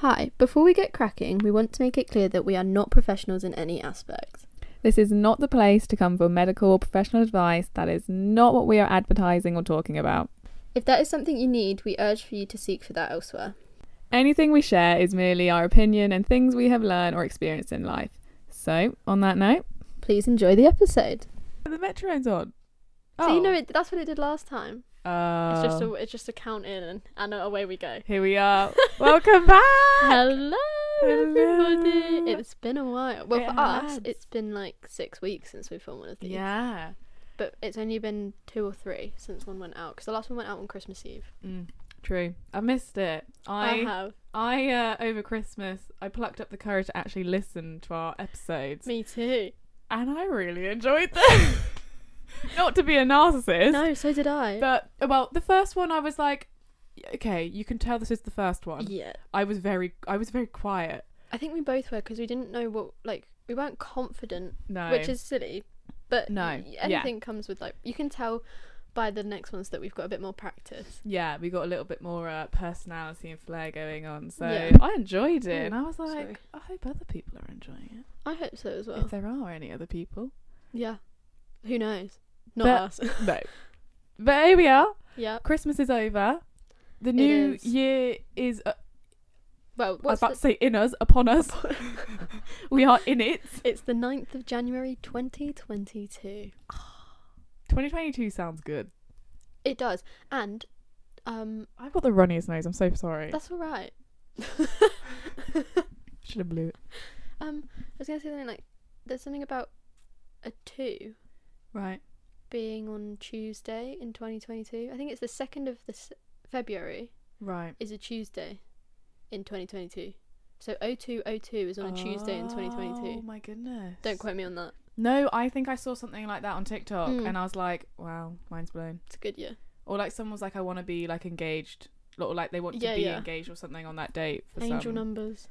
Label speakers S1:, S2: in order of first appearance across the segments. S1: Hi, before we get cracking, we want to make it clear that we are not professionals in any aspect.
S2: This is not the place to come for medical or professional advice. That is not what we are advertising or talking about.
S1: If that is something you need, we urge for you to seek for that elsewhere.
S2: Anything we share is merely our opinion and things we have learned or experienced in life. So, on that note,
S1: Please enjoy the episode.
S2: the Metrone's on.
S1: So you know it, that's what it did last time.
S2: Oh.
S3: It's just a it's just a count in and, and away we go.
S2: Here we are. Welcome back.
S1: Hello, everybody.
S2: Hello.
S1: It's been a while. Well,
S2: It
S1: for us,
S2: has.
S1: it's been like six weeks since we've filmed one of these.
S2: Yeah.
S1: But it's only been two or three since one went out because the last one went out on Christmas Eve.
S2: Mm, true. I missed it.
S1: I,
S2: I
S1: have.
S2: I uh, over Christmas I plucked up the courage to actually listen to our episodes,
S1: Me too.
S2: and I really enjoyed them. Not to be a narcissist,
S1: No, so did I.
S2: But well, the first one I was like, okay, you can tell this is the first one.
S1: yeah.
S2: I was very, I was very quiet.
S1: I think we both were because we didn't know what, like, we weren't confident,
S2: No,
S1: which is silly. But
S2: No,
S1: y-
S2: yeah.
S1: anything comes with, like, you can tell by the next ones that we've got a bit more practice.
S2: yeah, we got a little bit more uh, personality and flair going on. So
S1: Yeah. Mm,
S2: I enjoyed it, and I was like,
S1: sorry.
S2: I hope other people are enjoying it.
S1: I hope so as
S2: If
S1: well.
S2: there are any other people,
S1: Yeah. Who knows? Not
S2: But-
S1: us.
S2: no. But here we are.
S1: yeah.
S2: Christmas is over. The new
S1: is.
S2: year is. Uh,
S1: Well,
S2: I was
S1: what's
S2: about
S1: the-
S2: to say in us, upon us. we are in it.
S1: it's the 9th of January 2022.
S2: 2022 sounds good.
S1: It does. And, um,
S2: I've got the runniest nose. I'm so sorry.
S1: that's all right.
S2: Should have blew it.
S1: um, I was going to say something like, there's something about a two.
S2: Right.
S1: being on Tuesday in 2022. I think it's the 2nd of this February
S2: Right.
S1: is a Tuesday in 2022. So 0202 is on a Tuesday in
S2: Oh
S1: 2022.
S2: my goodness.
S1: Don't quote me on that.
S2: No, I think I saw something like that on TikTok
S1: Mm.
S2: and I was like, wow, mind's blown.
S1: It's a good year.
S2: Or like someone was like, I want to be like engaged. Or like they want
S1: Yeah,
S2: to be
S1: yeah.
S2: engaged or something on that date. For
S1: Angel
S2: some-
S1: numbers.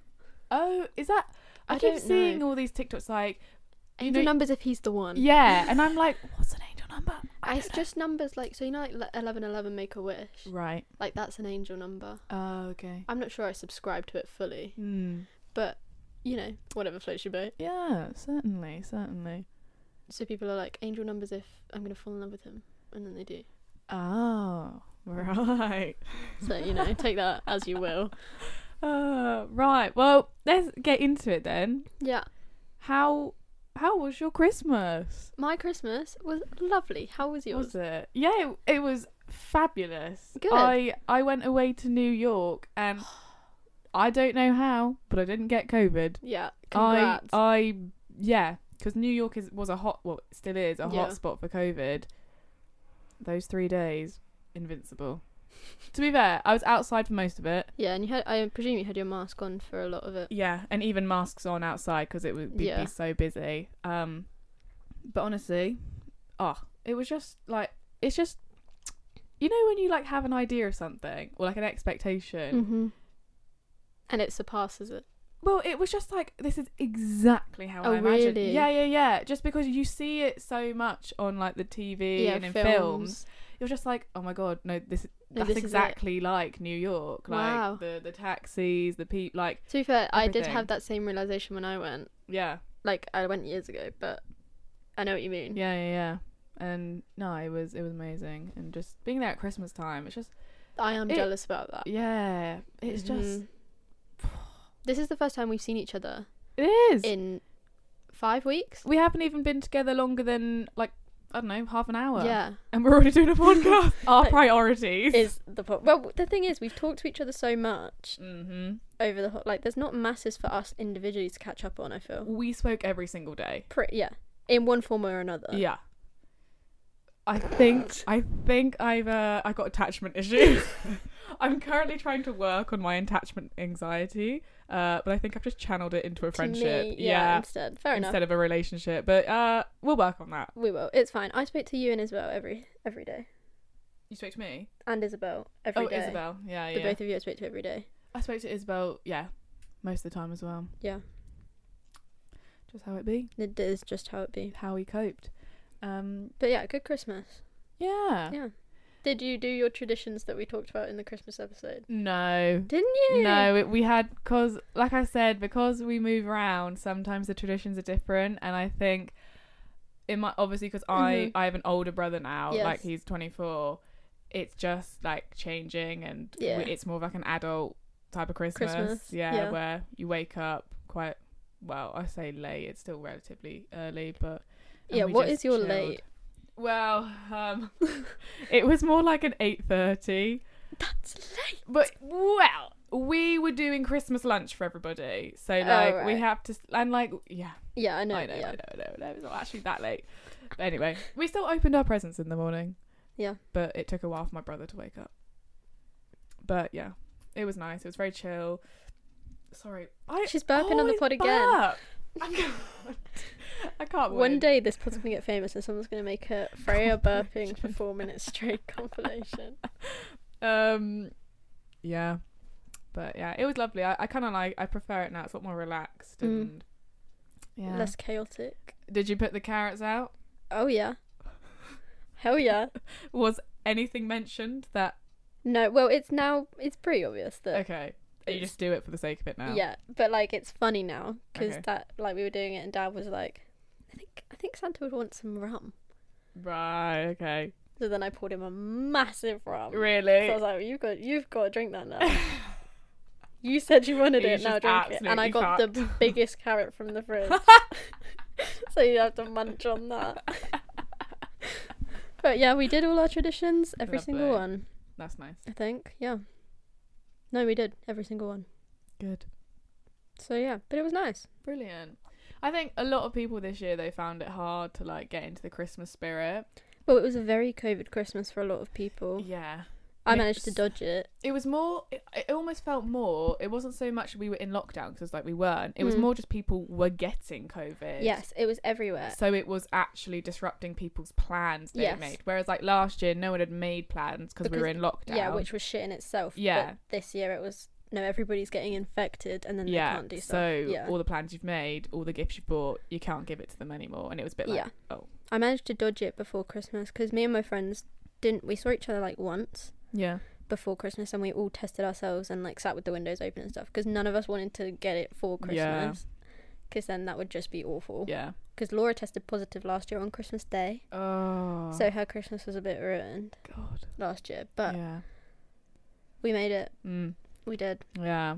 S2: Oh, is that. I,
S1: I
S2: keep
S1: don't
S2: seeing
S1: know. Um.
S2: all these TikToks like. you
S1: Angel
S2: know-
S1: numbers if he's the one.
S2: Yeah. And I'm like, what's an angel number? I
S1: It's
S2: don't know.
S1: just numbers like, so you know, like 1111 make a wish?
S2: Right.
S1: Like, that's an angel number.
S2: Oh, okay.
S1: I'm not sure I subscribe to it fully,
S2: Hmm.
S1: but you know, whatever floats your boat.
S2: Yeah, certainly, certainly.
S1: So people are like, angel numbers if I'm going to fall in love with him. And then they do.
S2: Oh, right.
S1: So, you know, take that as you will.
S2: Uh, right. Well, let's get into it then.
S1: Yeah.
S2: How how was your Christmas?
S1: My Christmas was lovely. How was yours?
S2: Was it? Yeah, it, it was fabulous.
S1: Good.
S2: I I went away to New York and I don't know how, but I didn't get COVID.
S1: Yeah, congrats.
S2: I oh, I yeah, because New York is was a hot well it still is a
S1: Yeah.
S2: hot spot for COVID. Those three days, invincible. to be fair, I was outside for most of it.
S1: yeah, and you had I presume you had your mask on for a lot of it.
S2: Yeah, and even masks on outside because it would be,
S1: Yeah.
S2: be so busy. Um, but honestly, oh, it was just like it's just you know when you like have an idea of something or like an expectation.
S1: Mm-hmm. And it surpasses it.
S2: Well, it was just like this is exactly how
S1: Oh,
S2: I imagined.
S1: really?
S2: Yeah, yeah, yeah. Just because you see it so much on like the TV and in films. you're just like, oh my god, no, this
S1: No,
S2: that's
S1: this is it.
S2: exactly like New York, like
S1: Wow.
S2: the the taxis, the people, like
S1: To be fair, I did
S2: Everything.
S1: have that same realization when I went.
S2: yeah,
S1: Like I went years ago, but I know what you mean.
S2: yeah, yeah, yeah. And no, it was it was amazing, and just being there at Christmas time, it's just
S1: I am
S2: It-
S1: jealous about that.
S2: yeah, it's just
S1: Mhm. This is the first time we've seen each other
S2: it is.
S1: in five weeks.
S2: we haven't even been together longer than like I don't know half an hour,
S1: Yeah,
S2: and we're already doing a podcast. Our
S1: Like,
S2: priorities.
S1: is the po- well. The thing is, we've talked to each other so much
S2: hmm
S1: over the whole. Like, there's not masses for us individually to catch up on. I feel.
S2: We spoke every single day.
S1: pretty yeah in one form or another
S2: Yeah. I think I think I've uh, I got attachment issues. I'm currently trying to work on my attachment anxiety, uh, but I think I've just channeled it into a
S1: To
S2: friendship.
S1: me, yeah,
S2: yeah,
S1: instead fair
S2: instead
S1: enough
S2: of a relationship. But uh, we'll work on that.
S1: we will it's fine i spoke to you and isabel every every day
S2: You spoke to me.
S1: and isabel every
S2: oh,
S1: day.
S2: Isabel. Yeah,
S1: the
S2: yeah.
S1: both of you i spoke to every day
S2: I spoke to Isabel. Yeah, most of the time as well.
S1: yeah
S2: Just how it be,
S1: it is just how it be
S2: how we coped. Um,
S1: but yeah good christmas
S2: yeah.
S1: yeah Did you do your traditions that we talked about in the Christmas episode?
S2: No,
S1: Didn't you?
S2: No, it, we had because, like I said, because we move around, sometimes the traditions are different, and I think it might obviously because I
S1: Mhm.
S2: I have an older brother now, like
S1: Yes.
S2: he's twenty four. It's just like changing, and we-
S1: Yeah.
S2: it's more of like an adult type of Christmas.
S1: Christmas,
S2: Yeah,
S1: yeah.
S2: where you wake up quite well. I say late; it's still relatively early, but and
S1: Yeah,
S2: we
S1: what
S2: just
S1: is your
S2: chilled.
S1: late?
S2: Well, um, it was more like an eight thirty.
S1: That's late.
S2: But well, we were doing Christmas lunch for everybody, so
S1: Oh,
S2: like we
S1: right.
S2: have to, and like yeah,
S1: Yeah, I know.
S2: I know,
S1: yeah.
S2: I know, I know, I know, it's not actually that late. But anyway, we still opened our presents in the morning.
S1: Yeah.
S2: but it took a while for my brother to wake up. But yeah, it was nice. It was very chill. Sorry, I
S1: She's burping on the
S2: always
S1: pod again.
S2: burp. I can't. I can't
S1: One
S2: win.
S1: day this pod's gonna get famous and someone's gonna make a Freya burping for four minutes straight compilation.
S2: Um, yeah, but yeah, it was lovely. I, I kind of like. I prefer it now. It's a lot more relaxed
S1: Mm.
S2: and yeah.
S1: Less chaotic.
S2: Did you put the carrots out?
S1: Oh yeah. Hell yeah.
S2: Was anything mentioned that?
S1: No, well it's now it's pretty obvious that
S2: Okay, you just do it for the sake of it now.
S1: Yeah, but like it's funny now because
S2: Okay.
S1: that like we were doing it and Dad was like, I think I think Santa would want some rum.
S2: Right. Okay.
S1: So then I poured him a massive rum. Um, So I
S2: Really.
S1: was like, well, you've got you've got to drink that now. you said you wanted
S2: He's
S1: it, now
S2: just
S1: drink it. And I
S2: absolutely
S1: got the
S2: fucked.
S1: biggest carrot from the fridge, so you have to munch on that. But yeah, we did all our traditions, every single
S2: Lovely.
S1: one.
S2: That's nice.
S1: I think, yeah. No, we did every single one.
S2: Good.
S1: So yeah, but it was nice.
S2: Brilliant. I think a lot of people this year they found it hard to like get into the Christmas spirit.
S1: Well, it was a very COVID Christmas for a lot of people.
S2: Yeah.
S1: I
S2: Yes.
S1: managed to dodge it.
S2: it was more it, it almost felt more it wasn't so much we were in lockdown because like we weren't it was
S1: Mm.
S2: more just people were getting covid
S1: Yes, it was everywhere.
S2: so it was actually disrupting people's plans they
S1: Yes.
S2: made whereas like last year no one had made plans because we
S1: Because-
S2: were in lockdown
S1: Yeah, which was shit in itself.
S2: Yeah.
S1: But this year it was no, everybody's getting infected and then they
S2: yeah
S1: can't do stuff.
S2: so
S1: yeah.
S2: all the plans you've made all the gifts you've bought you can't give it to them anymore and it was a bit like
S1: Yeah.
S2: oh
S1: I managed to dodge it before Christmas because me and my friends didn't. We saw each other like once
S2: yeah
S1: before Christmas and we all tested ourselves and like sat with the windows open and stuff because none of us wanted to get it for
S2: Yeah.
S1: Christmas. Because then that would just be awful.
S2: yeah
S1: Because Laura tested positive last year on Christmas Day,
S2: oh
S1: so uh, her Christmas was a bit ruined
S2: god
S1: last year. But
S2: yeah
S1: we made it.
S2: mm.
S1: We did.
S2: Yeah.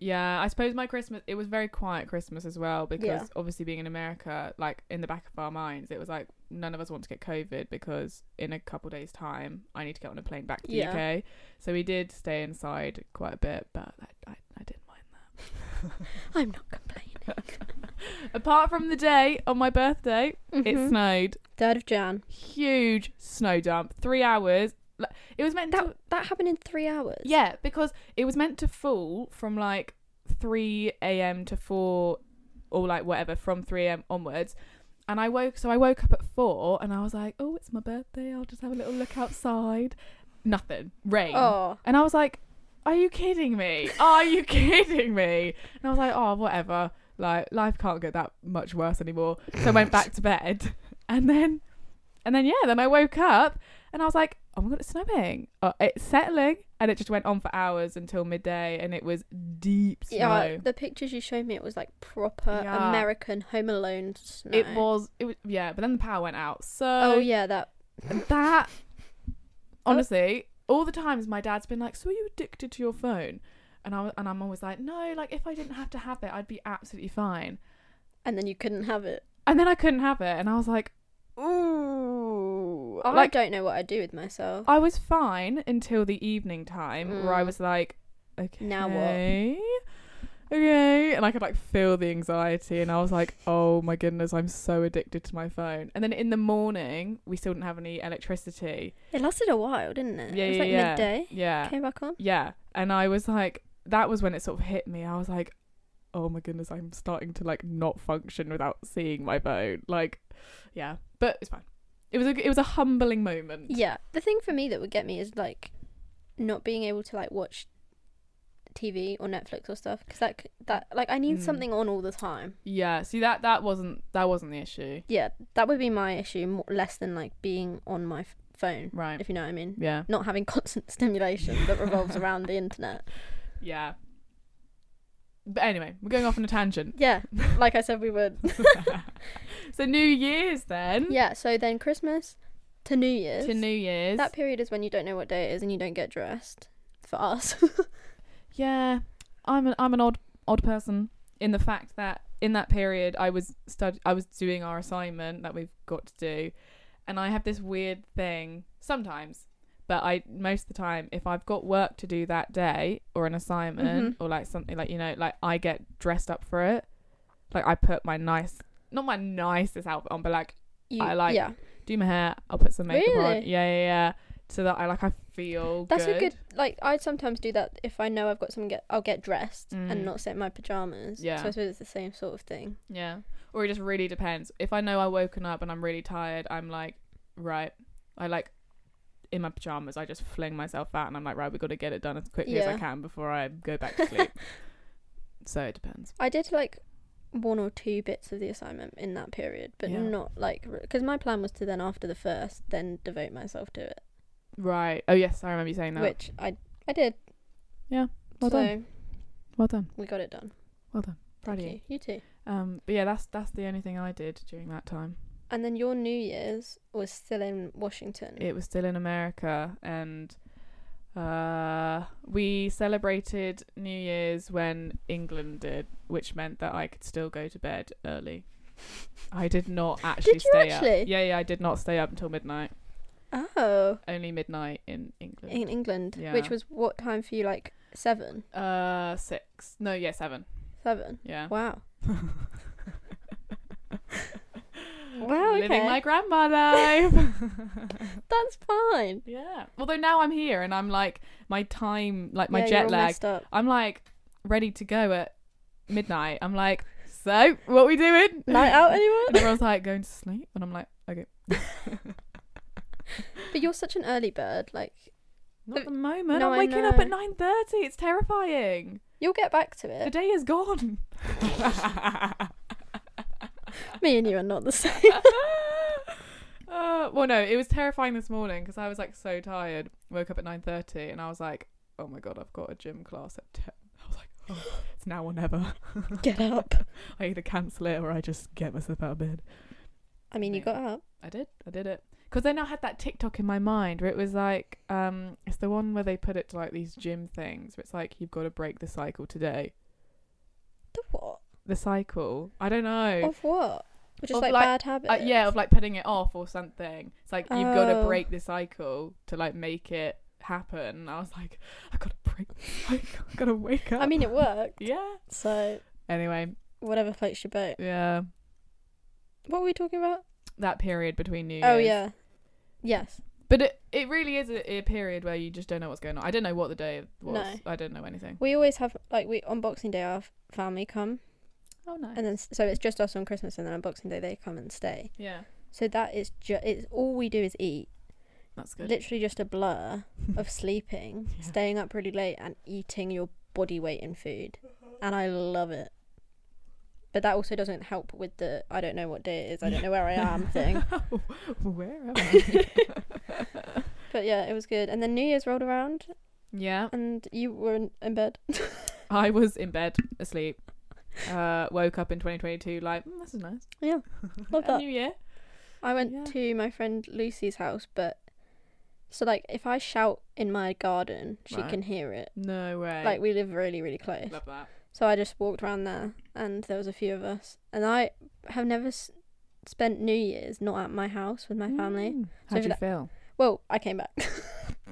S2: Yeah, I suppose my Christmas it was very quiet Christmas as well because
S1: Yeah.
S2: obviously being in America, like in the back of our minds, it was like none of us want to get COVID because in a couple days time I need to get on a plane back to the
S1: Yeah.
S2: UK. So we did stay inside quite a bit, but I, I, I didn't mind
S1: I'm not complaining.
S2: that. Apart from the day on my birthday, it
S1: Mhm.
S2: snowed.
S1: Third of Jan.
S2: Huge snow dump. 3 hours. Like, It was meant to
S1: That that happened in three hours.
S2: Yeah, because it was meant to fall from like 3 a.m. to 4 or like whatever from 3 a.m. onwards. And I woke, so I woke up at 4 and I was like, oh, it's my birthday. I'll just have a little look outside. Nothing. Rain.
S1: Oh.
S2: And I was like, are you kidding me? Are you kidding me? And I was like, oh, whatever. Like, life can't get that much worse anymore. So I went back to bed. And then, and then, yeah, then I woke up and I was like, oh my God, it's snowing. Uh, it's settling. And it just went on for hours until midday and it was deep snow.
S1: Yeah, the pictures you showed me, it was like proper
S2: Yeah.
S1: American Home Alone snow.
S2: It was, it was, yeah, but then the power went out. So,
S1: Oh yeah, that.
S2: that honestly all the times my dad's been like so are you addicted to your phone and I and I'm always like no like if I didn't have to have it I'd be absolutely fine
S1: And then you couldn't have it.
S2: and then I couldn't have it and I was like ooh
S1: I
S2: like
S1: don't know what I do with myself.
S2: I was fine until the evening time where I
S1: Mm.
S2: was like okay
S1: Now what?
S2: okay and I could like feel the anxiety and I was like oh my goodness I'm so addicted to my phone and then in the morning we still didn't have any electricity
S1: It lasted a while, didn't it?
S2: Yeah,
S1: Uh, it was
S2: yeah,
S1: like
S2: yeah.
S1: midday.
S2: yeah
S1: Came back on.
S2: yeah and i was like that was when it sort of hit me i was like oh my goodness i'm starting to like not function without seeing my phone like yeah but it's fine it was a it was a humbling moment
S1: Yeah. The thing for me that would get me is like not being able to like watch TV or Netflix or stuff because that c- that like I need
S2: Mm.
S1: something on all the time.
S2: yeah see that that wasn't that wasn't the issue
S1: Yeah, that would be my issue more, less than like being on my f- phone,
S2: Right.
S1: if you know what I mean.
S2: Yeah.
S1: Not having constant stimulation that revolves around the internet.
S2: Yeah. But anyway, we're going off on a tangent.
S1: Yeah, like I said, we would.
S2: so New Year's then.
S1: Yeah, so then Christmas to New Year's.
S2: To New Year's.
S1: That period is when you don't know what day it is and you don't get dressed. For us,
S2: yeah. I'm an I'm an odd odd person in the fact that in that period I was stud I was doing our assignment that we've got to do and I have this weird thing sometimes but I most of the time if I've got work to do that day or an assignment
S1: Mm-hmm.
S2: or like something like you know like I get dressed up for it like I put my nice not my nicest outfit on but like
S1: you,
S2: I like
S1: Yeah,
S2: do my hair. I'll put some makeup on.
S1: Really?
S2: Yeah, yeah, yeah. So that I like I feel
S1: that's
S2: good.
S1: a good. Like I sometimes do that if I know I've got something. Get, I'll get dressed
S2: Mm.
S1: and not sit in my pajamas.
S2: Yeah.
S1: So I suppose it's the same sort of thing.
S2: Yeah. Or it just really depends. If I know I woken up and I'm really tired, I'm like, right. I like in my pajamas. I just fling myself out and I'm like, right, we got to get it done as quickly as I
S1: Yeah.
S2: can before I go back to sleep. so it depends.
S1: I did like one or two bits of the assignment in that period, but
S2: Yeah.
S1: not like because my plan was to then after the first, then devote myself to it,
S2: Right. Oh yes, I remember you saying that.
S1: which I I did.
S2: Yeah, well
S1: so
S2: done. well done.
S1: we got it done.
S2: Well done. Proud
S1: Thank
S2: of you.
S1: you. You too.
S2: Um. But yeah, that's that's the only thing I did during that time.
S1: And then your New Year's was still in Washington.
S2: it was still in America and uh we celebrated New Year's when England did, which meant that I could still go to bed early. I did not actually
S1: Did you
S2: stay up.
S1: actually?
S2: Yeah, yeah, I did not stay up until midnight.
S1: Oh,
S2: Only midnight in England.
S1: in England,
S2: Yeah.
S1: which was what time for you? Like seven,
S2: uh 6. No, yeah, 7.
S1: seven.
S2: Yeah.
S1: Wow. Wow,
S2: Living
S1: okay.
S2: my grandma life.
S1: That's fine.
S2: yeah. Although now I'm here and I'm like my time like my
S1: Yeah, you're
S2: jet
S1: all
S2: lag
S1: messed up.
S2: I'm like ready to go at midnight. I'm like, so what we doing?
S1: Night out,
S2: And
S1: anyone?
S2: everyone's like going to sleep, and I'm like, okay.
S1: but you're such an early bird. Like
S2: Not at the moment.
S1: No,
S2: I'm
S1: I
S2: waking up at
S1: know.
S2: nine thirty. It's terrifying.
S1: you'll get back to
S2: The
S1: it.
S2: day is gone.
S1: Me and you are not the same.
S2: Uh, well, no, it was terrifying this morning because I was like so tired. Woke up at nine thirty, and I was like, oh my god, I've got a gym class at ten. I was like, oh, it's now or never.
S1: Get up.
S2: I either cancel it or I just get myself out of bed.
S1: I mean, you
S2: Yeah.
S1: got up.
S2: I did. I did it. Because then I had that TikTok in my mind where it was like, um, it's the one where they put it to like these gym things where it's like, you've got to break the cycle today.
S1: The what?
S2: The cycle. I don't know.
S1: Of what? Or just
S2: Of
S1: like,
S2: like-
S1: bad habits.
S2: Uh, yeah, of like putting it off or something. It's like, you've got to
S1: Oh.
S2: break the cycle to like make it happen. And I was like, I've got to break the cycle. I've got to wake up.
S1: I mean, it worked.
S2: yeah.
S1: So
S2: Anyway,
S1: whatever floats your boat.
S2: yeah.
S1: What were we talking about?
S2: That period between New Year's.
S1: Oh yeah. Yes.
S2: But it, it really is a, a period where you just don't know what's going on. I don't know what the day was.
S1: No.
S2: I don't know anything.
S1: We always have like we on Boxing Day our f- family come
S2: Oh, no.
S1: and then s- so it's just us on Christmas and then on Boxing Day they come and stay.
S2: yeah.
S1: So that is ju- it's all we do is eat.
S2: That's good.
S1: Literally just a blur of sleeping,
S2: Yeah.
S1: staying up really late and eating your body weight in food. And I love it. But that also doesn't help with the I don't know what day it is, I don't know where I am thing.
S2: Where am I?
S1: But yeah, it was good. And then New Year's rolled around
S2: yeah,
S1: and you were in, in bed.
S2: I was in bed asleep. Uh, woke up in 2022 like mm, this is nice.
S1: Yeah, love
S2: A
S1: that.
S2: new year.
S1: I went
S2: Yeah.
S1: to my friend Lucy's house, but so like if I shout in my garden, she
S2: Right.
S1: can hear it.
S2: No way.
S1: Like we live really, really close.
S2: love that.
S1: So I just walked around there, and there was a few of us, and I have never s- spent New Year's not at my house with my family.
S2: Mm.
S1: So
S2: How
S1: if
S2: do you
S1: that-
S2: feel?
S1: Well, I came back.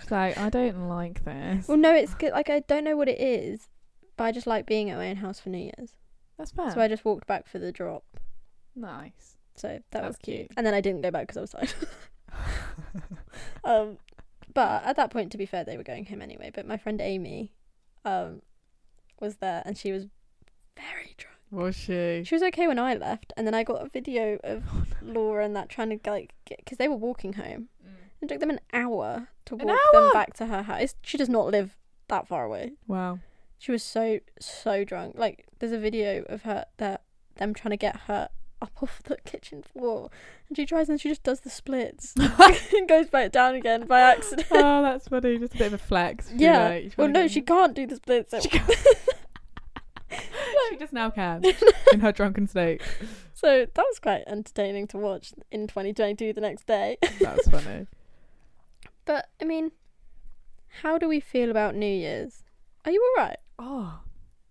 S2: It's like I don't like this.
S1: well, no, it's good. Like I don't know what it is, but I just like being at my own house for New Year's.
S2: That's fair.
S1: So I just walked back for the drop.
S2: nice.
S1: So that
S2: That's
S1: was cute.
S2: cute.
S1: And then I didn't go back because I was tired. um, but at that point, to be fair, they were going home anyway. But my friend Amy, um, was there and she was very drunk.
S2: Was she?
S1: She was okay when I left, and then I got a video of
S2: Oh,
S1: Laura and that trying to like get because they were walking home.
S2: Mm.
S1: It took them an hour to
S2: An
S1: walk them
S2: hour?
S1: back to her house. She does not live that far away.
S2: Wow.
S1: She was so so drunk. Like there's a video of her that them trying to get her up off the kitchen floor. And she tries and she just does the splits and goes back down again by accident.
S2: oh, that's funny. Just a bit of a flex. to be
S1: Yeah.
S2: like, you
S1: well,
S2: wanna
S1: no,
S2: go-
S1: she can't do the splits.
S2: She can't. she just now can in her drunken state.
S1: so that was quite entertaining to watch in 2022 the next day.
S2: That's funny.
S1: But I mean, how do we feel about New Year's? Are you all right?
S2: Oh,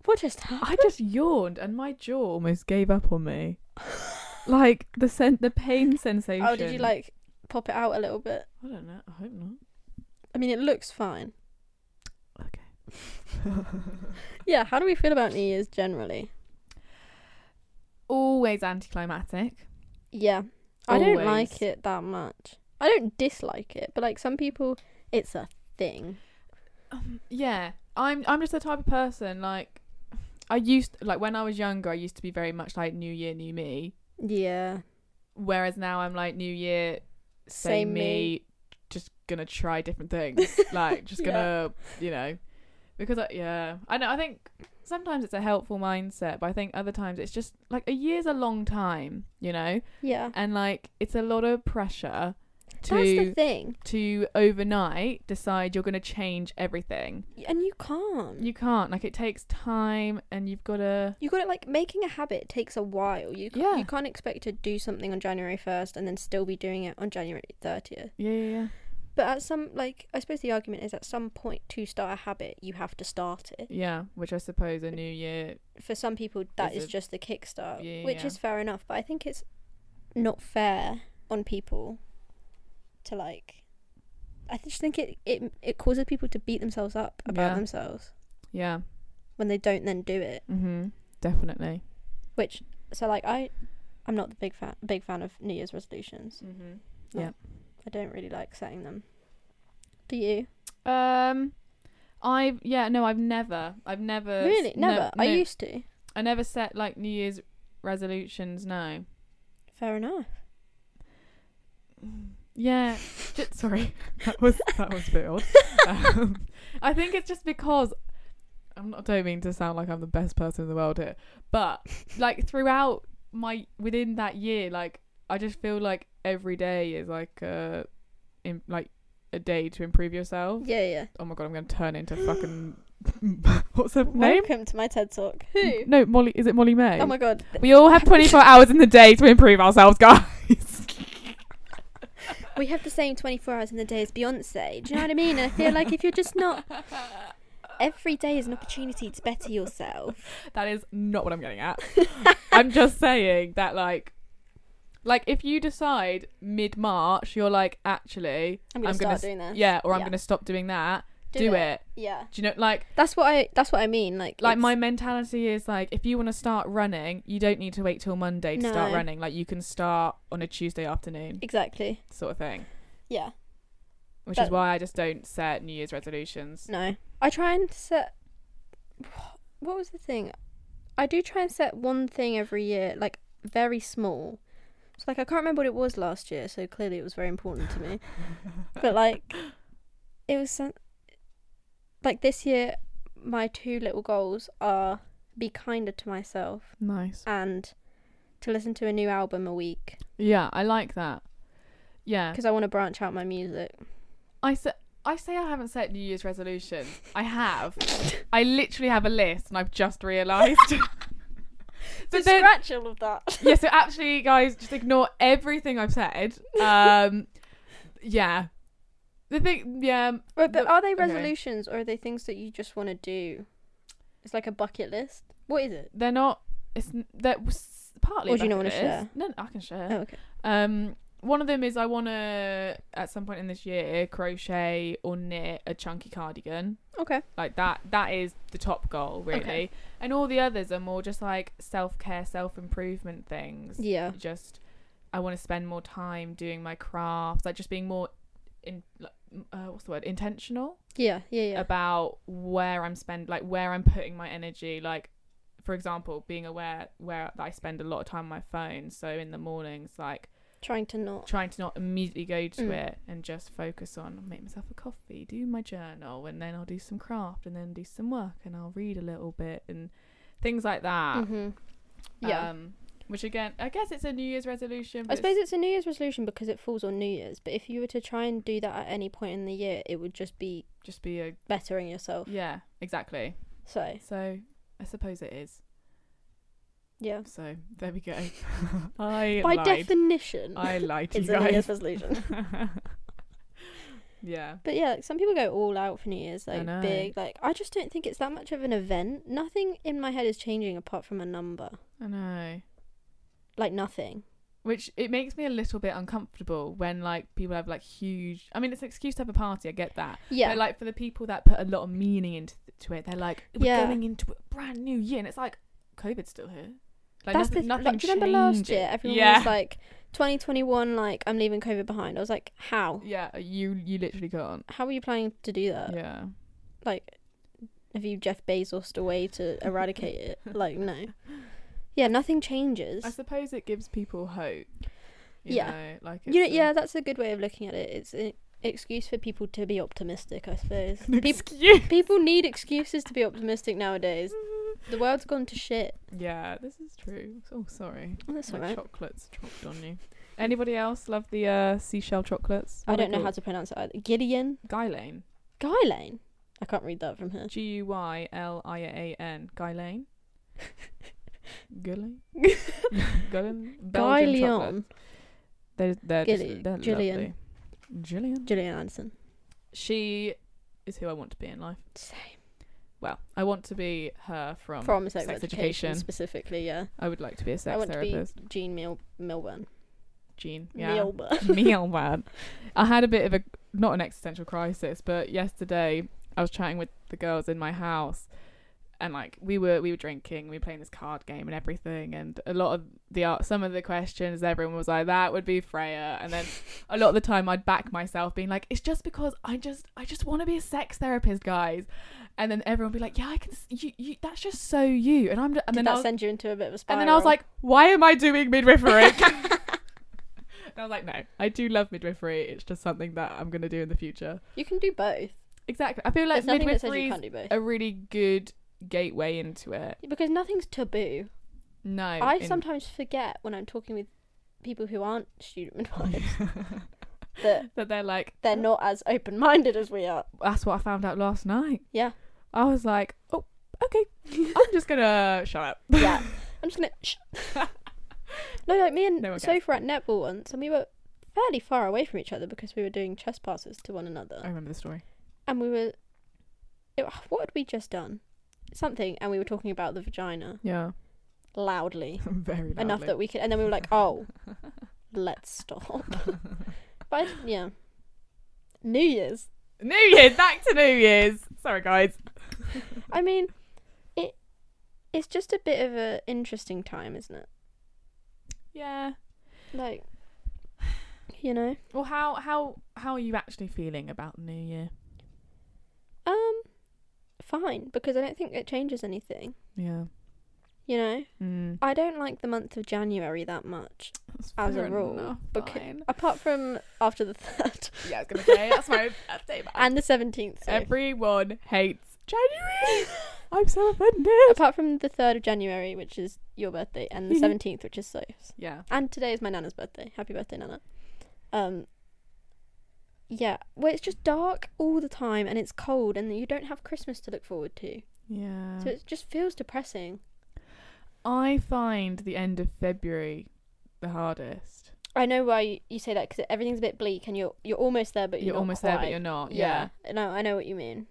S1: What just happened?
S2: I just yawned and my jaw almost gave up on me. Like the sen- the pain sensation.
S1: oh, did you like pop it out a little bit?
S2: I don't know. I hope not.
S1: I mean, it looks fine.
S2: Okay.
S1: Yeah. How do we feel about New Year's generally?
S2: Always anticlimactic.
S1: Yeah. I don't like
S2: Always.
S1: it that much. I don't dislike it, but like some people, it's a thing.
S2: Um, yeah, I'm. I'm just the type of person like. I used like when I was younger. I used to be very much like New Year, New Me.
S1: Yeah.
S2: Whereas now I'm like New Year, same,
S1: Same
S2: me,
S1: me.
S2: Just gonna try different things. like just
S1: Yeah.
S2: gonna, you know, because I, yeah, I know. I think sometimes it's a helpful mindset, but I think other times it's just like a year's a long time, you know,
S1: Yeah.
S2: and like it's a lot of pressure
S1: That's the
S2: to
S1: thing.
S2: to overnight decide you're gonna change everything.
S1: And you can't. You,
S2: You can't. Like it takes time, and you've got to.
S1: got it like making a habit takes a while. You ca-
S2: Yeah.
S1: you can't expect to do something on January 1st and then still be doing it on January 30th.
S2: Yeah, yeah, yeah.
S1: But at some like I suppose the argument is at some point to start a habit you have to start it.
S2: Yeah, which I suppose a new year.
S1: For some people that is
S2: Is it-
S1: just the kickstart,
S2: Yeah,
S1: which
S2: yeah.
S1: is fair enough, but I think it's not fair on people to like I just think it it, it causes people to beat themselves up about
S2: Yeah.
S1: themselves
S2: Yeah.
S1: when they don't then do it.
S2: Mhm. Definitely.
S1: Which so like I I'm not the big fan big fan of New Year's resolutions.
S2: Mhm.
S1: I don't really like setting them. Do you?
S2: Um, I've yeah no, I've never, I've never
S1: really?
S2: Uh, no,
S1: Never. I
S2: no,
S1: used to.
S2: I never set like New Year's resolutions. No.
S1: Fair enough.
S2: Yeah. Ju- sorry, that was that was a bit odd. Um, I think it's just because I'm not. I don't mean to sound like I'm the best person in the world here, but like throughout my within that year, like I just feel like every day is like a, in, like a day to improve yourself.
S1: Yeah, yeah.
S2: Oh my god, I'm gonna turn into fucking what's her name?
S1: Welcome to my TED Talk. Who?
S2: No, Molly. Is it Molly May?
S1: Oh my god.
S2: we all have 24 hours in the day to improve ourselves, guys.
S1: We have the same 24 hours in the day as Beyonce. Do you know what I mean? And I feel like if you're just not. Every day is an opportunity to better yourself.
S2: That is not what I'm getting at. I'm just saying that, like, like if you decide mid March, you're like, actually,
S1: I'm gonna
S2: I'm gonna
S1: start
S2: s-
S1: doing this.
S2: yeah, or I'm
S1: Yeah.
S2: gonna stop doing that. Do, it.
S1: Yeah.
S2: Do you know, like,
S1: That's what I. That's what I mean. Like.
S2: like
S1: it's-
S2: my mentality is like, if you want to start running, you don't need to wait till Monday to start
S1: No.
S2: running. Like, you can start on a Tuesday afternoon,
S1: Exactly.
S2: sort of thing.
S1: Yeah.
S2: Which is
S1: That-
S2: why I just don't set New Year's resolutions.
S1: No. I try and set. What was the thing? I do try and set one thing every year, like very small. So, like, I can't remember what it was last year, so clearly it was very important to me. but, like, it was some. Like, this year, my two little goals are be kinder to myself
S2: Nice.
S1: and to listen to a new album a week
S2: Yeah, I like that. Yeah.
S1: because I want to branch out my music.
S2: I say, I say I haven't set New Year's resolutions. I have. I literally have a list and I've just realised.
S1: So,
S2: but then,
S1: scratch all of that.
S2: yeah, so actually, guys, just ignore everything I've said. Um, yeah. The thing, yeah.
S1: But, but
S2: But-
S1: are they
S2: okay.
S1: resolutions or are they things that you just want to do? It's like a bucket list. What is it?
S2: They're not, it's, n- they're s- partly.
S1: Or do you
S2: about
S1: not wanna
S2: this.
S1: share?
S2: No, no, I can share.
S1: Oh, okay.
S2: Um, one of them is I want to, at some point in this year, crochet or knit a chunky cardigan.
S1: Okay.
S2: like that that is the top goal really
S1: Okay.
S2: and all the others are more just like self-care self-improvement things
S1: Yeah.
S2: just i want to spend more time doing my crafts like just being more in like, m- uh, what's the word intentional
S1: Yeah. Yeah. Yeah.
S2: about where i'm spend like where i'm putting my energy like for example being aware where that i spend a lot of time on my phone so in the mornings like
S1: Trying to not.
S2: trying to not immediately go to
S1: Mm.
S2: it and just focus on make myself a coffee, do my journal, and then I'll do some craft and then do
S1: Ah. Um,
S2: some work and I'll read a little bit and things like that.
S1: hmm Mm-hmm. Yeah.
S2: Um, Which again, I guess it's a New Year's
S1: I
S2: resolution. But
S1: suppose it's a New Year's resolution because it falls on New Year's, but if you were to try and do that at any point in the year, it would just be
S2: it's just be a
S1: bettering yourself.
S2: yeah, exactly.
S1: So,
S2: So I suppose it is.
S1: yeah.
S2: So there we go. I
S1: By
S2: lied.
S1: definition,
S2: I lied to you
S1: it's a New Year's
S2: guys.
S1: resolution.
S2: yeah.
S1: but yeah, like, some people go all out for New Year's,
S2: I
S1: like
S2: know.
S1: big. Like I just don't think it's that much of an event. Nothing in my head is changing apart from a number.
S2: I know.
S1: Like nothing.
S2: Which it makes me a little bit uncomfortable when like people have like huge. I mean, it's an excuse to have a party. I get that.
S1: Yeah.
S2: But like for the people that put a lot of meaning into to it, they're like, we're
S1: Yeah.
S2: going into a brand new year, and it's like, COVID's still here. Like
S1: That's
S2: nothing,
S1: the
S2: nothing
S1: like, do you remember last
S2: changes.
S1: year? Everyone
S2: yeah.
S1: was like, 2021, like I'm leaving COVID behind. I was like, how?
S2: yeah, you you literally can't.
S1: How are you planning to do that?
S2: yeah.
S1: Like, have you Jeff Bezos a way to eradicate it? Like, no. Yeah, nothing changes.
S2: I suppose it gives people hope. You
S1: Yeah.
S2: Know? Like
S1: You know,
S2: it's uh, a-
S1: yeah, that's a good way of looking at it. It's an excuse for people to be optimistic, I suppose.
S2: an
S1: Peop-
S2: excuse.
S1: people need excuses to be optimistic nowadays. The world's gone to shit.
S2: Yeah, this is true. Oh, sorry.
S1: Oh, That's
S2: My
S1: alright.
S2: chocolates dropped on you. Anybody else love the uh, seashell chocolates?
S1: I don't know how to pronounce it either. Gideon?
S2: Guylane.
S1: Guylane? I can't read that from here.
S2: G U Y L I A N. Guylane. Guylane. Guylane. Belgian chocolate.
S1: Guylon.
S2: They're they're,
S1: Gilli-
S2: just, they're
S1: Gillian.
S2: lovely. Gillian.
S1: Gillian Anderson.
S2: She is who I want to be in life.
S1: Same.
S2: Well, I want to be her from.
S1: From sex,
S2: sex
S1: education,
S2: education.
S1: specifically, yeah.
S2: I would like to be a sex
S1: I want
S2: therapist.
S1: to be Jean Mil- Milburn.
S2: Jean. Yeah.
S1: Milburn.
S2: meal man. I had a bit of a not an existential crisis, but yesterday I was chatting with the girls in my house, and like we were we were drinking, we were playing this card game and everything, and a lot of the art, some of the questions, everyone was like, "That would be Freya," and then a lot of the time I'd back myself, being like, "It's just because I just I just want to be a sex therapist, guys," and then everyone would be like, "Yeah, I can. s- You, you that's just so you," and I'm and
S1: Did
S2: then I
S1: that
S2: was,
S1: send you into a bit of a
S2: and
S1: spiral?
S2: then I was like, why am I doing midwifery? and I was like, no, I do love midwifery. It's just something that I'm going to do in the future.
S1: you can do both.
S2: Exactly. I feel
S1: There's
S2: like
S1: nothing that says you
S2: midwifery
S1: can't
S2: is
S1: do both.
S2: a really good gateway into it.
S1: Because nothing's taboo.
S2: No.
S1: I
S2: in-
S1: sometimes forget when I'm talking with people who aren't student midwives that
S2: that they're like,
S1: they're not as open minded as we are.
S2: that's what I found out last night.
S1: Yeah.
S2: I was like, oh, okay. I'm just going to shut up.
S1: Yeah. I'm just gonna. Shh. no, like me and
S2: No one cares.
S1: Sophie were at netball once, and we were fairly far away from each other because we were doing chess passes to one another,
S2: I remember the story.
S1: and we were. It, what had we just done? Something, and we were talking about the vagina
S2: Yeah.
S1: loudly,
S2: Very loudly.
S1: enough that we could, and then we were like, "Oh, let's stop." but I- yeah, New Year's.
S2: New Year's, back to New Year's. Sorry, guys.
S1: I mean, it it's just a bit of a interesting time, isn't it?
S2: Yeah.
S1: Like, you know,
S2: Well, how how how are you actually feeling about New Year?
S1: um, fine because I don't think it changes anything.
S2: Yeah,
S1: You know,
S2: mm.
S1: I don't like the month of January that much, as a rule, beca- apart from after the third
S2: yeah, I was gonna say that's my birthday. but
S1: and the seventeenth.
S2: Everyone hates January. I'm so offended.
S1: Apart from the third of January, which is your birthday, and the
S2: Mhm.
S1: seventeenth, which is Soph's,
S2: Yeah,
S1: and today is my nana's birthday. Happy birthday, nana. Um. Yeah, well, it's just dark all the time, and it's cold, and you don't have Christmas to look forward to,
S2: yeah.
S1: so it just feels depressing.
S2: I find the end of February the hardest.
S1: I know why you, you say that because everything's a bit bleak, and you're you're almost there, but
S2: You're,
S1: you're, not
S2: almost there, but
S1: quite.
S2: you're not. Yeah.
S1: yeah. No, I know what you mean.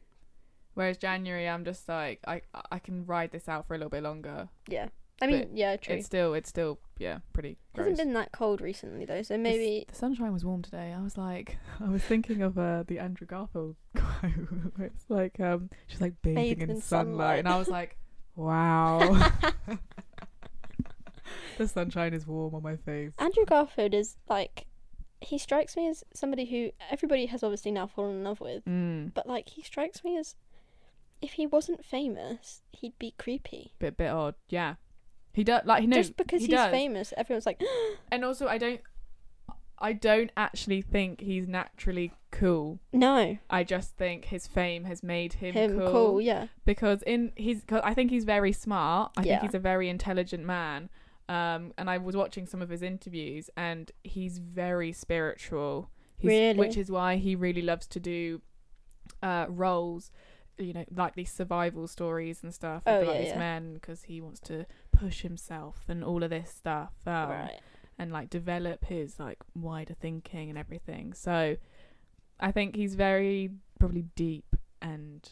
S2: Whereas January, I'm just like I I can ride this out for a little bit longer.
S1: Yeah, I mean,
S2: But
S1: yeah, true.
S2: It's still it's still yeah pretty.
S1: It
S2: Gross.
S1: hasn't been that cold recently though, so
S2: The s-
S1: maybe
S2: the sunshine was warm today. I was like, I was thinking of uh, the Andrew Garfield quote. where it's like, um, she's like bathing
S1: Bathed
S2: in,
S1: in
S2: sunlight,
S1: sunlight.
S2: and I was like, wow, the sunshine is warm on my face.
S1: Andrew Garfield is like, he strikes me as somebody who everybody has obviously now fallen in love with.
S2: Mm,
S1: but like he strikes me as if he wasn't famous, he'd be creepy.
S2: bit bit odd, yeah. He does like he knows,
S1: Just because
S2: he
S1: he's
S2: does.
S1: famous, everyone's like,
S2: and also I don't, I don't actually think he's naturally cool.
S1: no,
S2: I just think his fame has made him,
S1: him cool. yeah.
S2: because in he's cause I think he's very smart. I
S1: Yeah.
S2: think he's a very intelligent man. Um, and I was watching some of his interviews, and he's very spiritual. He's,
S1: Really?
S2: Which is why he really loves to do uh, roles, you know, like these survival stories and stuff
S1: Oh,
S2: about
S1: yeah,
S2: these
S1: yeah.
S2: men, because he wants to push himself and all of this stuff. Um,
S1: right.
S2: and like develop his like wider thinking and everything. So I think he's very probably deep and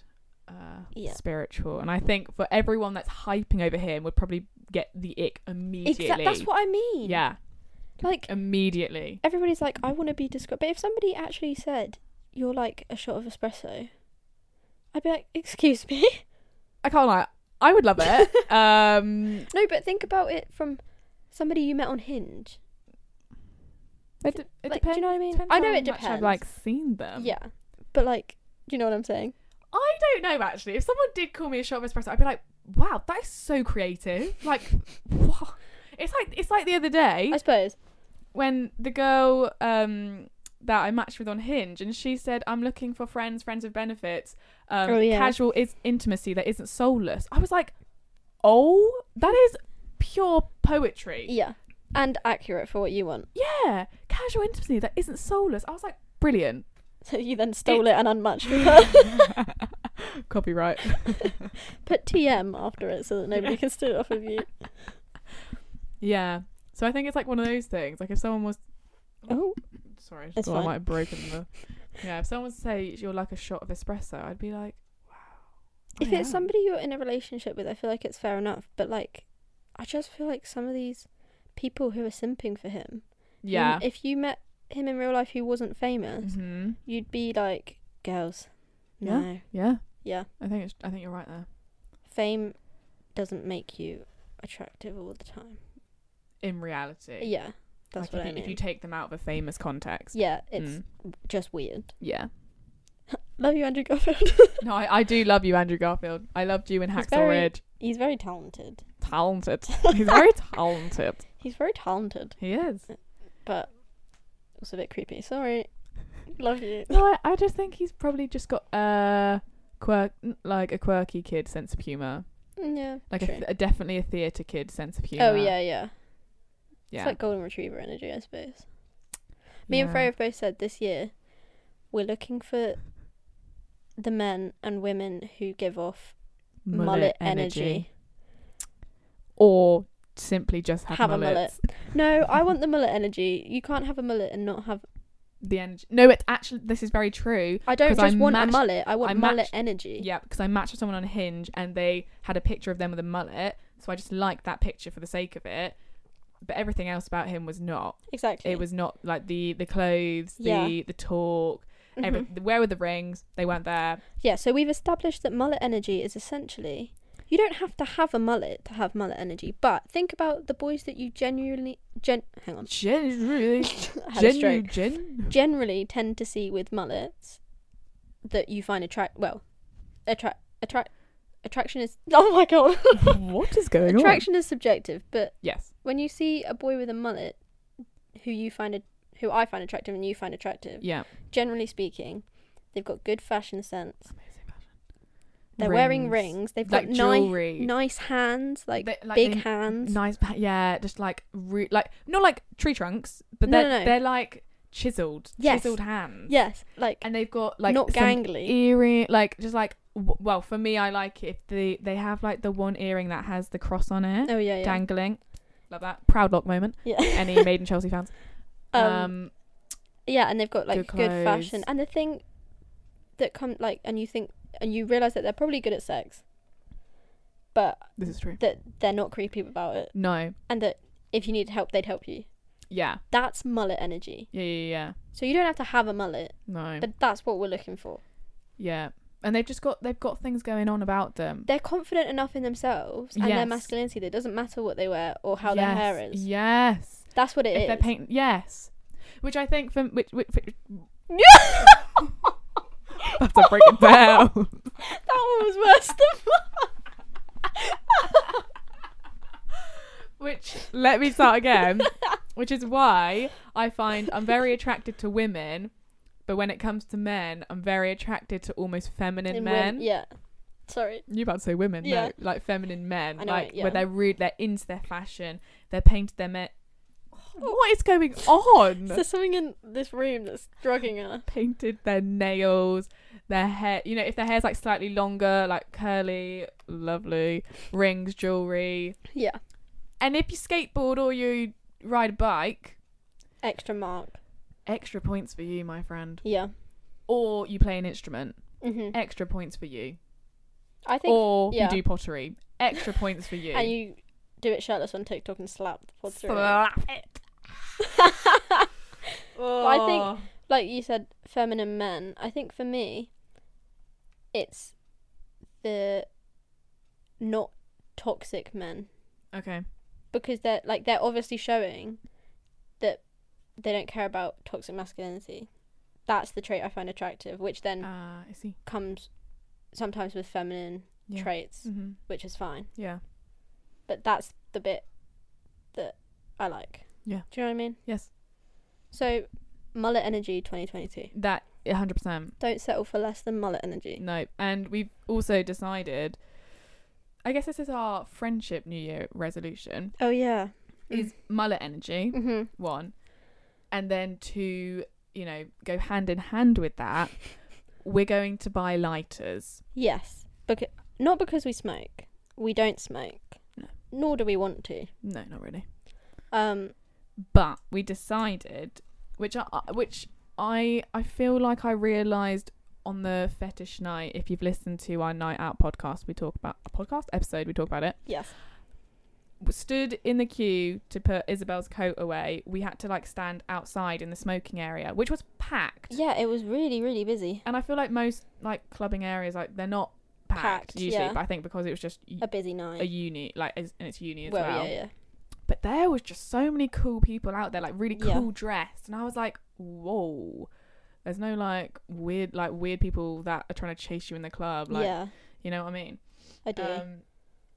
S2: uh
S1: Yeah.
S2: spiritual. And I think for everyone that's hyping over him would probably get the ick immediately.
S1: Exactly. That's what I mean.
S2: yeah,
S1: Like
S2: immediately.
S1: everybody's like, I want to be described. But if somebody actually said, "You're like a shot of espresso," I'd be like, "Excuse me."
S2: I can't lie. I would love it. um
S1: No, but think about it from somebody you met on Hinge.
S2: it, d- it
S1: Like, do
S2: depends.
S1: you know what I mean?
S2: depends
S1: I know
S2: how
S1: it
S2: much I've
S1: depends.
S2: like seen them.
S1: yeah, but like, do you know what I'm saying?
S2: I don't know actually. If someone did call me a shot of espresso, I'd be like, "Wow, that is so creative!" Like, what? It's like it's like the other day.
S1: I suppose.
S2: when the girl um that I matched with on Hinge and she said I'm looking for friends, friends with benefits, um
S1: Oh, yeah.
S2: casual is intimacy that isn't soulless. I was like, "Oh, that is pure poetry."
S1: Yeah, and accurate for what you want.
S2: Yeah, casual intimacy that isn't soulless. I was like, "Brilliant."
S1: So you then stole it, and unmatched with her.
S2: Copyright.
S1: Put TM after it so that nobody can steal it off of you.
S2: Yeah. So I think it's like one of those things. Like if someone was
S1: Oh,
S2: sorry, I
S1: It's
S2: thought I
S1: fine.
S2: might have broken the Yeah, if someone was to say you're like a shot of espresso, I'd be like, "Wow."
S1: if
S2: I
S1: it's
S2: am."
S1: somebody you're in a relationship with, I feel like it's fair enough. But like, I just feel like some of these people who are simping for him. you-
S2: Yeah.
S1: If you met him in real life who wasn't famous,
S2: hmm
S1: you'd be like, girls,
S2: Yeah.
S1: no,
S2: Yeah.
S1: yeah.
S2: I think it's, I think you're right there.
S1: fame doesn't make you attractive all the time.
S2: In reality,
S1: Yeah, that's
S2: Like,
S1: what
S2: if
S1: I
S2: you,
S1: mean.
S2: If you take them out of a famous context,
S1: yeah, it's
S2: Mm.
S1: just weird.
S2: yeah.
S1: Love you, Andrew Garfield.
S2: No, I, I do love you, Andrew Garfield. I loved you in
S1: He's
S2: Hacksaw
S1: very-
S2: Ridge.
S1: He's very talented.
S2: Talented. He's very talented.
S1: He's very talented,
S2: He is.
S1: but also a bit creepy. Sorry. Love you.
S2: No, I, I just think he's probably just got a quirk, like a quirky kid sense of humor,
S1: Mm, Yeah.
S2: like a,
S1: true.
S2: th- a definitely a theater kid sense of humor.
S1: oh yeah, yeah,
S2: yeah.
S1: It's like golden retriever energy, I suppose. Me and
S2: Yeah.
S1: Freya have both said this year we're looking for the men and women who give off mullet, energy.
S2: or simply just have,
S1: Have a mullet.
S2: mullets.
S1: No, I want the mullet energy. You can't have a mullet and not have
S2: The energy. No, it actually. This is very true.
S1: I don't
S2: 'Cause I
S1: just want
S2: matched-
S1: a mullet. I want
S2: I
S1: mullet
S2: matched-
S1: energy.
S2: Yeah, because I matched with someone on Hinge and they had a picture of them with a mullet, so I just liked that picture for the sake of it. But everything else about him was not.
S1: exactly.
S2: It was not like the the clothes, the
S1: Yeah.
S2: the talk.
S1: Mhm.
S2: Every, Where were the rings? They weren't there.
S1: Yeah. So we've established that mullet energy is essentially you don't have to have a mullet to have mullet energy, but think about the boys that you genuinely gen hang on
S2: Generally,
S1: I had a
S2: generally,
S1: stroke.
S2: gen.
S1: generally tend to see with mullets that you find attract well attract attract attraction is oh my god
S2: what is going
S1: attraction is subjective, but
S2: Yes.
S1: when you see a boy with a mullet who you find a, who I find attractive and you find attractive,
S2: Yeah.
S1: generally speaking, they've got good fashion sense. They're wearing rings. They've
S2: like
S1: got nice,
S2: jewelry.
S1: nice hands, like,
S2: They- like
S1: big
S2: they-
S1: hands.
S2: nice pa- yeah just like re- like not like tree trunks but
S1: No,
S2: they're
S1: no, no.
S2: they're like chiseled
S1: Yes.
S2: chiseled hands
S1: yes, like,
S2: and they've got like
S1: not
S2: some
S1: gangly.
S2: earring like just like w- well for me i like if the they have like the one earring that has the cross on it
S1: oh yeah, yeah,
S2: dangling love that proud lock moment
S1: yeah.
S2: any maiden chelsea fans um,
S1: um, yeah, and they've got like
S2: good
S1: good, fashion.
S2: clothes.
S1: And the thing that come like, and you think, and you realize that they're probably good at sex, but
S2: this is true
S1: that they're not creepy about it,
S2: no
S1: and that if you needed help, they'd help you.
S2: yeah
S1: That's mullet energy.
S2: yeah yeah yeah
S1: So you don't have to have a mullet,
S2: no
S1: but that's what we're looking for.
S2: yeah and they've just got they've got things going on about them
S1: They're confident enough in themselves and their
S2: Yes.
S1: masculinity that it doesn't matter what they wear or how their
S2: Yes,
S1: hair is.
S2: yes
S1: That's what it
S2: if
S1: is.
S2: they're painting yes which i think from which, which, which I have to break it
S1: that
S2: down
S1: one was worse than
S2: which let me start again which is why i find i'm very attracted to women but when it comes to men i'm very attracted to almost feminine
S1: in
S2: men
S1: women. Yeah.
S3: Sorry.
S2: You about to say women?
S3: Yeah.
S2: No, like feminine men,
S3: I know
S2: like
S3: it, yeah.
S2: where they're rude, they're into their fashion, they're painted their men. What is going on?
S3: Is there something in this room that's drugging her?
S2: painted their nails, their hair. You know, if their hair's like slightly longer, like curly, lovely rings, jewelry.
S1: Yeah.
S2: And if you skateboard or you ride a bike,
S1: Extra mark.
S2: extra points for you, my friend.
S1: Yeah.
S2: Or you play an instrument,
S1: hmm
S2: extra points for you.
S1: I think.
S2: Or
S1: yeah.
S2: you do pottery, extra points for you.
S1: and you do it shirtless on TikTok and slap the pod through. it.
S2: Slap it.
S1: I think-
S2: Oh.
S1: Like you said, feminine men. I think for me, it's the not toxic men
S2: Okay.
S1: because they're like they're obviously showing that they don't care about toxic masculinity. That's the trait I find attractive, which then
S2: Ah, I see.
S1: comes sometimes with feminine
S2: Yeah.
S1: traits,
S2: hmm
S1: which is fine.
S2: Yeah.
S1: But that's the bit that I like.
S2: Yeah.
S1: Do you know what I mean?
S2: Yes.
S1: So, mullet energy 2022.
S2: That 100%.
S1: Don't settle for less than mullet energy.
S2: No. And we've also decided, I guess this is our friendship New Year resolution,
S1: Oh yeah.
S2: is mullet energy,
S1: Mhm.
S2: one. And then to, you know, go hand in hand with that, we're going to buy lighters.
S1: Yes. Because not because we smoke. We don't smoke.
S2: No.
S1: Nor do we want to.
S2: No, not really.
S1: Um.
S2: but we decided which I, which I I feel like I realized on the fetish night if you've listened to our night out podcast we talk about a podcast episode we talk about it
S1: Yes.
S2: We stood in the queue to put Isabel's coat away we had to like stand outside in the smoking area which was packed
S1: Yeah. It was really really busy.
S2: and I feel like most like clubbing areas like they're not packed,
S1: Packed,
S2: usually
S1: yeah.
S2: but I think because it was just y-
S1: A busy
S2: a
S1: night.
S2: uni like as- and it's uni as
S1: well,
S2: well,
S1: yeah, yeah.
S2: but there was just so many cool people out there like really
S1: Yeah.
S2: cool dressed and i was like whoa there's no like weird like weird people that are trying to chase you in the club like
S1: yeah.
S2: you know what i mean
S1: I do.
S2: um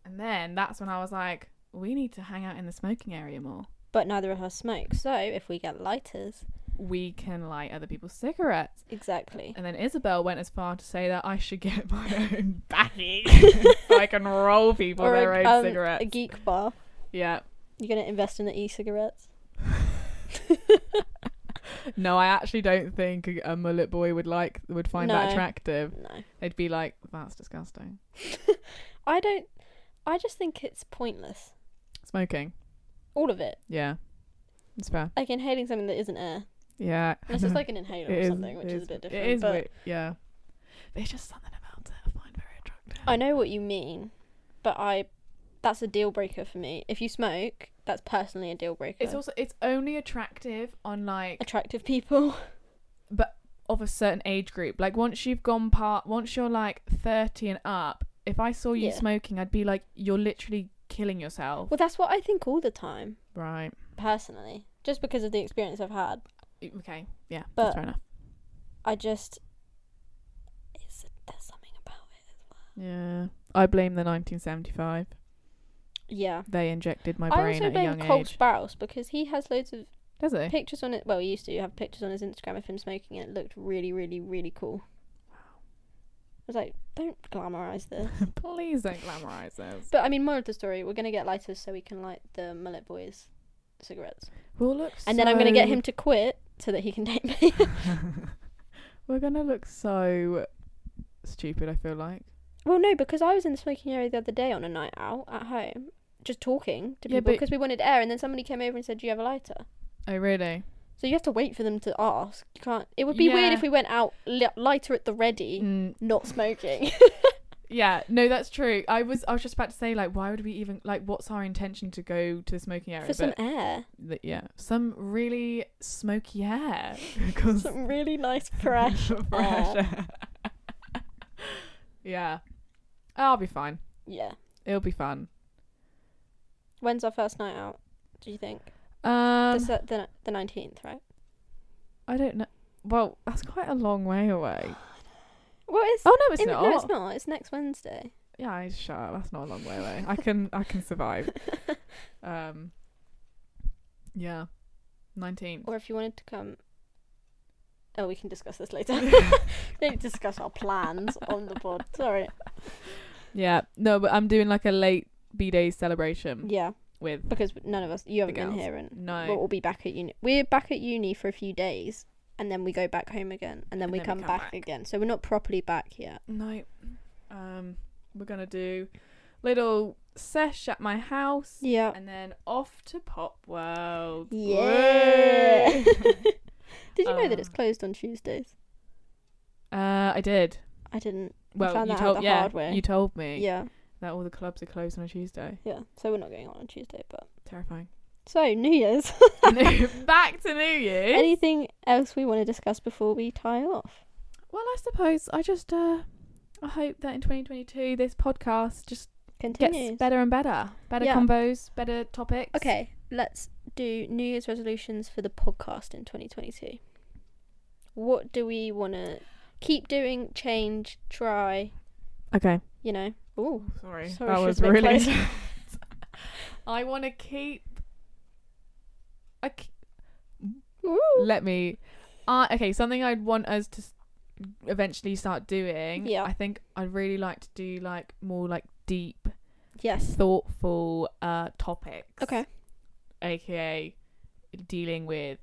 S2: and then that's when i was like we need to hang out in the smoking area more
S1: but neither of us smoke. So if we get lighters,
S2: we can light other people's cigarettes
S1: exactly.
S2: and then isabel went as far to say that i should get my own baggie so i can roll people their own
S1: um,
S2: cigarettes
S1: a geek bar.
S2: yeah
S1: You're gonna invest in the e-cigarettes.
S2: no i actually don't think a- a mullet boy would like would find that
S1: No.
S2: attractive
S1: No.
S2: They'd be like, that's disgusting.
S1: I don't. I just think it's pointless.
S2: Smoking.
S1: All of it.
S2: Yeah. It's fair.
S1: Like inhaling something that isn't air.
S2: Yeah.
S1: Unless it's like an inhaler
S2: It
S1: or
S2: is-
S1: something, which
S2: it
S1: is a bit different.
S2: It is
S1: but
S2: weird. Yeah. There's just something about it I find very attractive.
S1: I know what you mean, but I that's a deal breaker for me. If you smoke, that's personally a deal breaker.
S2: It's also, it's only attractive on like,
S1: attractive people.
S2: but of a certain age group. Like once you've gone part, once you're like 30 and up, if I saw you
S1: Yeah.
S2: smoking, I'd be like, you're literally killing yourself.
S1: Well, that's what I think all the time,
S2: Right.
S1: personally, just because of the experience I've had.
S2: Okay. Yeah.
S1: But-
S2: that's fair enough.
S1: I just it's there's something about it.
S2: Yeah. I blame the 1975.
S1: Yeah.
S2: They injected my
S1: I
S2: brain
S1: also
S2: at a
S1: blame
S2: young
S1: Cole
S2: age. Eh.
S1: Sparrows because he has loads of
S2: Does it?
S1: pictures on it. Well, he used to have pictures on his Instagram of him smoking, and it looked really, really, really cool. I was like, don't glamorize this.
S2: Please don't glamorize this.
S1: But I mean, more of the story. We're gonna get lighters so we can light the mullet boys' cigarettes,
S2: We'll look.
S1: and then I'm gonna get
S2: so-
S1: him to quit so that he can date me.
S2: We're gonna look so stupid. I feel like.
S1: well, no, because I was in the smoking area the other day on a night out at home, just talking to
S2: Yeah,
S1: people
S2: but-
S1: because we wanted air, and then somebody came over and said, "Do you have a lighter?"
S2: Oh really?
S1: So you have to wait for them to ask. You can't. It would be
S2: Yeah.
S1: weird if we went out li- lighter at the ready,
S2: Mm,
S1: not smoking.
S2: yeah. No, that's true. I was. I was just about to say like, why would we even like? What's our intention to go to the smoking area?
S1: for some air,
S2: th- yeah, some really smoky air. 'Cause-
S1: some really nice fresh.
S2: fresh air. yeah. I'll be fine.
S1: yeah.
S2: It'll be fun.
S1: When's our first night out? Do you think
S2: Um,
S1: the se- the the nineteenth, right?
S2: I don't know. Well, that's quite a long way away.
S1: What is?
S2: Oh no, it's
S1: in-
S2: not.
S1: No, it's not. It's next Wednesday.
S2: Yeah, I- shut up. That's not a long way away. I can I can survive. Um. Yeah, nineteenth.
S1: Or if you wanted to come
S3: Oh, we can discuss this later. we need to discuss our plans on the pod. Sorry.
S2: Yeah. No, but I'm doing like a late B Day celebration
S3: Yeah,
S2: with
S3: because none of us, you haven't been
S2: girls.
S3: here, and
S2: no.
S3: we'll all be back at uni. We're back at uni for a few days, and then we go back home again, and then
S2: And
S3: we
S2: then we
S3: come,
S2: come
S3: back,
S2: back.
S3: again. So we're not properly back yet.
S2: No. Um, we're gonna do little sesh at my house,
S3: Yeah.
S2: and then off to Pop World.
S3: Yeah.
S2: Woo!
S3: Did you know that it's
S2: Uh.
S3: closed on Tuesdays?
S2: uh, I did.
S3: I didn't.
S2: Well,
S3: found
S2: you
S3: that out
S2: told
S3: the
S2: yeah,
S3: hard way.
S2: you told me
S3: Yeah,
S2: that all the clubs are closed on a Tuesday.
S3: yeah. So we're not going on on Tuesday, but
S2: Terrifying.
S3: so New Year's.
S2: Back to New Year's.
S3: Anything else we want to discuss before we tie off?
S2: well, I suppose I just uh, I hope that in 2022 this podcast just
S3: Continues.
S2: gets better and better, better
S1: Yeah.
S2: combos, better topics.
S1: Okay,
S3: Let's do New Year's resolutions for the podcast in 2022.
S1: what do we want to keep doing, change, try,
S2: Okay.
S1: you know?
S3: Ooh,
S2: Sorry,
S3: Sorry,
S2: that
S3: should
S2: was
S3: have been
S2: really.
S3: closer.
S2: I want to keep. I k-
S3: Ooh.
S2: let me. Uh, okay, something I'd want us to s- eventually start doing.
S3: Yeah.
S2: I think I'd really like to do like more like deep,
S1: Yes.
S2: thoughtful uh topics.
S1: Okay.
S2: AKA dealing with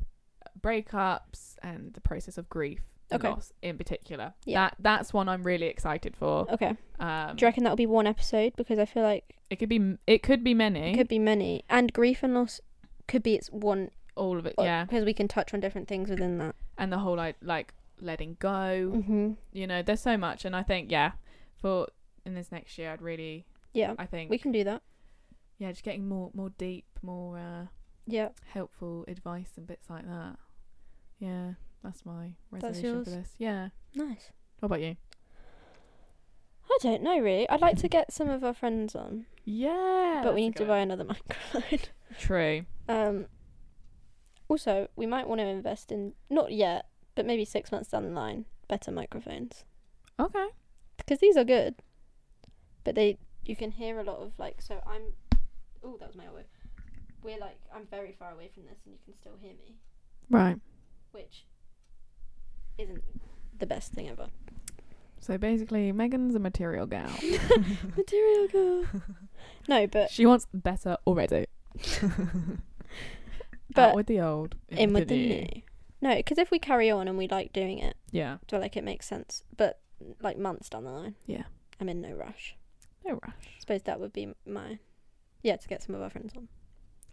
S2: breakups and the process of grief. and
S1: Okay.
S2: Loss in particular.
S1: Yeah.
S2: That that's one I'm really excited for.
S1: Okay.
S2: Um
S1: Do you reckon that'll be one episode? Because I feel like
S2: it could be m- it could be many.
S1: it could be many. And grief and loss could be its one.
S2: all of it,
S1: Yeah.
S2: yeah.
S1: Because we can touch on different things within that.
S2: And the whole like like letting go.
S1: Mm-hmm.
S2: you know there's so much and i think yeah for in this next year i'd really
S1: Yeah.
S2: i think
S1: We can do that.
S2: yeah just getting more more deep more uh
S1: Yeah.
S2: helpful advice and bits like that yeah that's my
S1: That's
S2: resolution for
S1: yours?
S2: this yeah
S1: Nice.
S2: what about you
S1: I don't know really. I'd like to get some of our friends on,
S2: yeah
S1: but we need to buy another microphone.
S2: true
S1: Um. Also, we might want to invest in not yet, but maybe six months down the line, better microphones
S2: okay
S1: because these are good. But they, you can hear a lot of like. So I'm. Oh, that was my elbow. We're like I'm very far away from this, and you can still hear me,
S2: right
S1: which isn't the best thing ever.
S2: so basically megan's a material gal
S1: Material girl. no, but
S2: she wants better already
S1: But-
S2: Out with the old in,
S1: in with
S2: the new.
S1: the new. No, because if we carry on and we like doing it,
S2: yeah
S1: I feel like it makes sense. But like months down the line,
S2: Yeah.
S1: I'm in no rush.
S2: no rush
S1: suppose that would be my yeah to get some of our friends on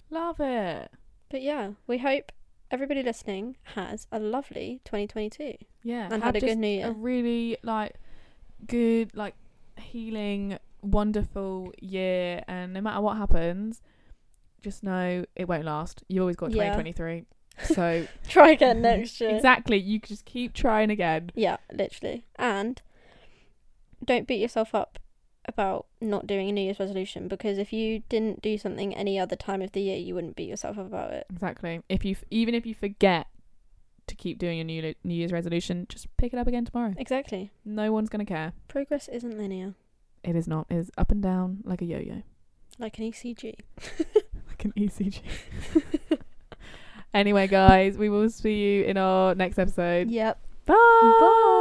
S2: love it
S1: but yeah we hope everybody listening has a lovely 2022
S2: yeah
S1: and had a
S2: just
S1: good new
S2: a
S1: year
S2: really like good like healing wonderful year and no matter what happens just know it won't last you always got
S1: Yeah.
S2: 2023 so
S3: Try again next year.
S2: exactly you could just keep trying again
S1: yeah literally and don't beat yourself up about not doing a new year's resolution because if you didn't do something any other time of the year you wouldn't beat yourself up about it
S2: exactly if you f- even if you forget to keep doing your new Lo- new year's resolution just pick it up again tomorrow
S1: exactly
S2: no one's going to care
S1: progress isn't linear
S2: it is not it is up and down like a yo-yo
S1: like an E ecg
S2: like an ecg anyway guys we will see you in our next episode
S1: yep
S2: bye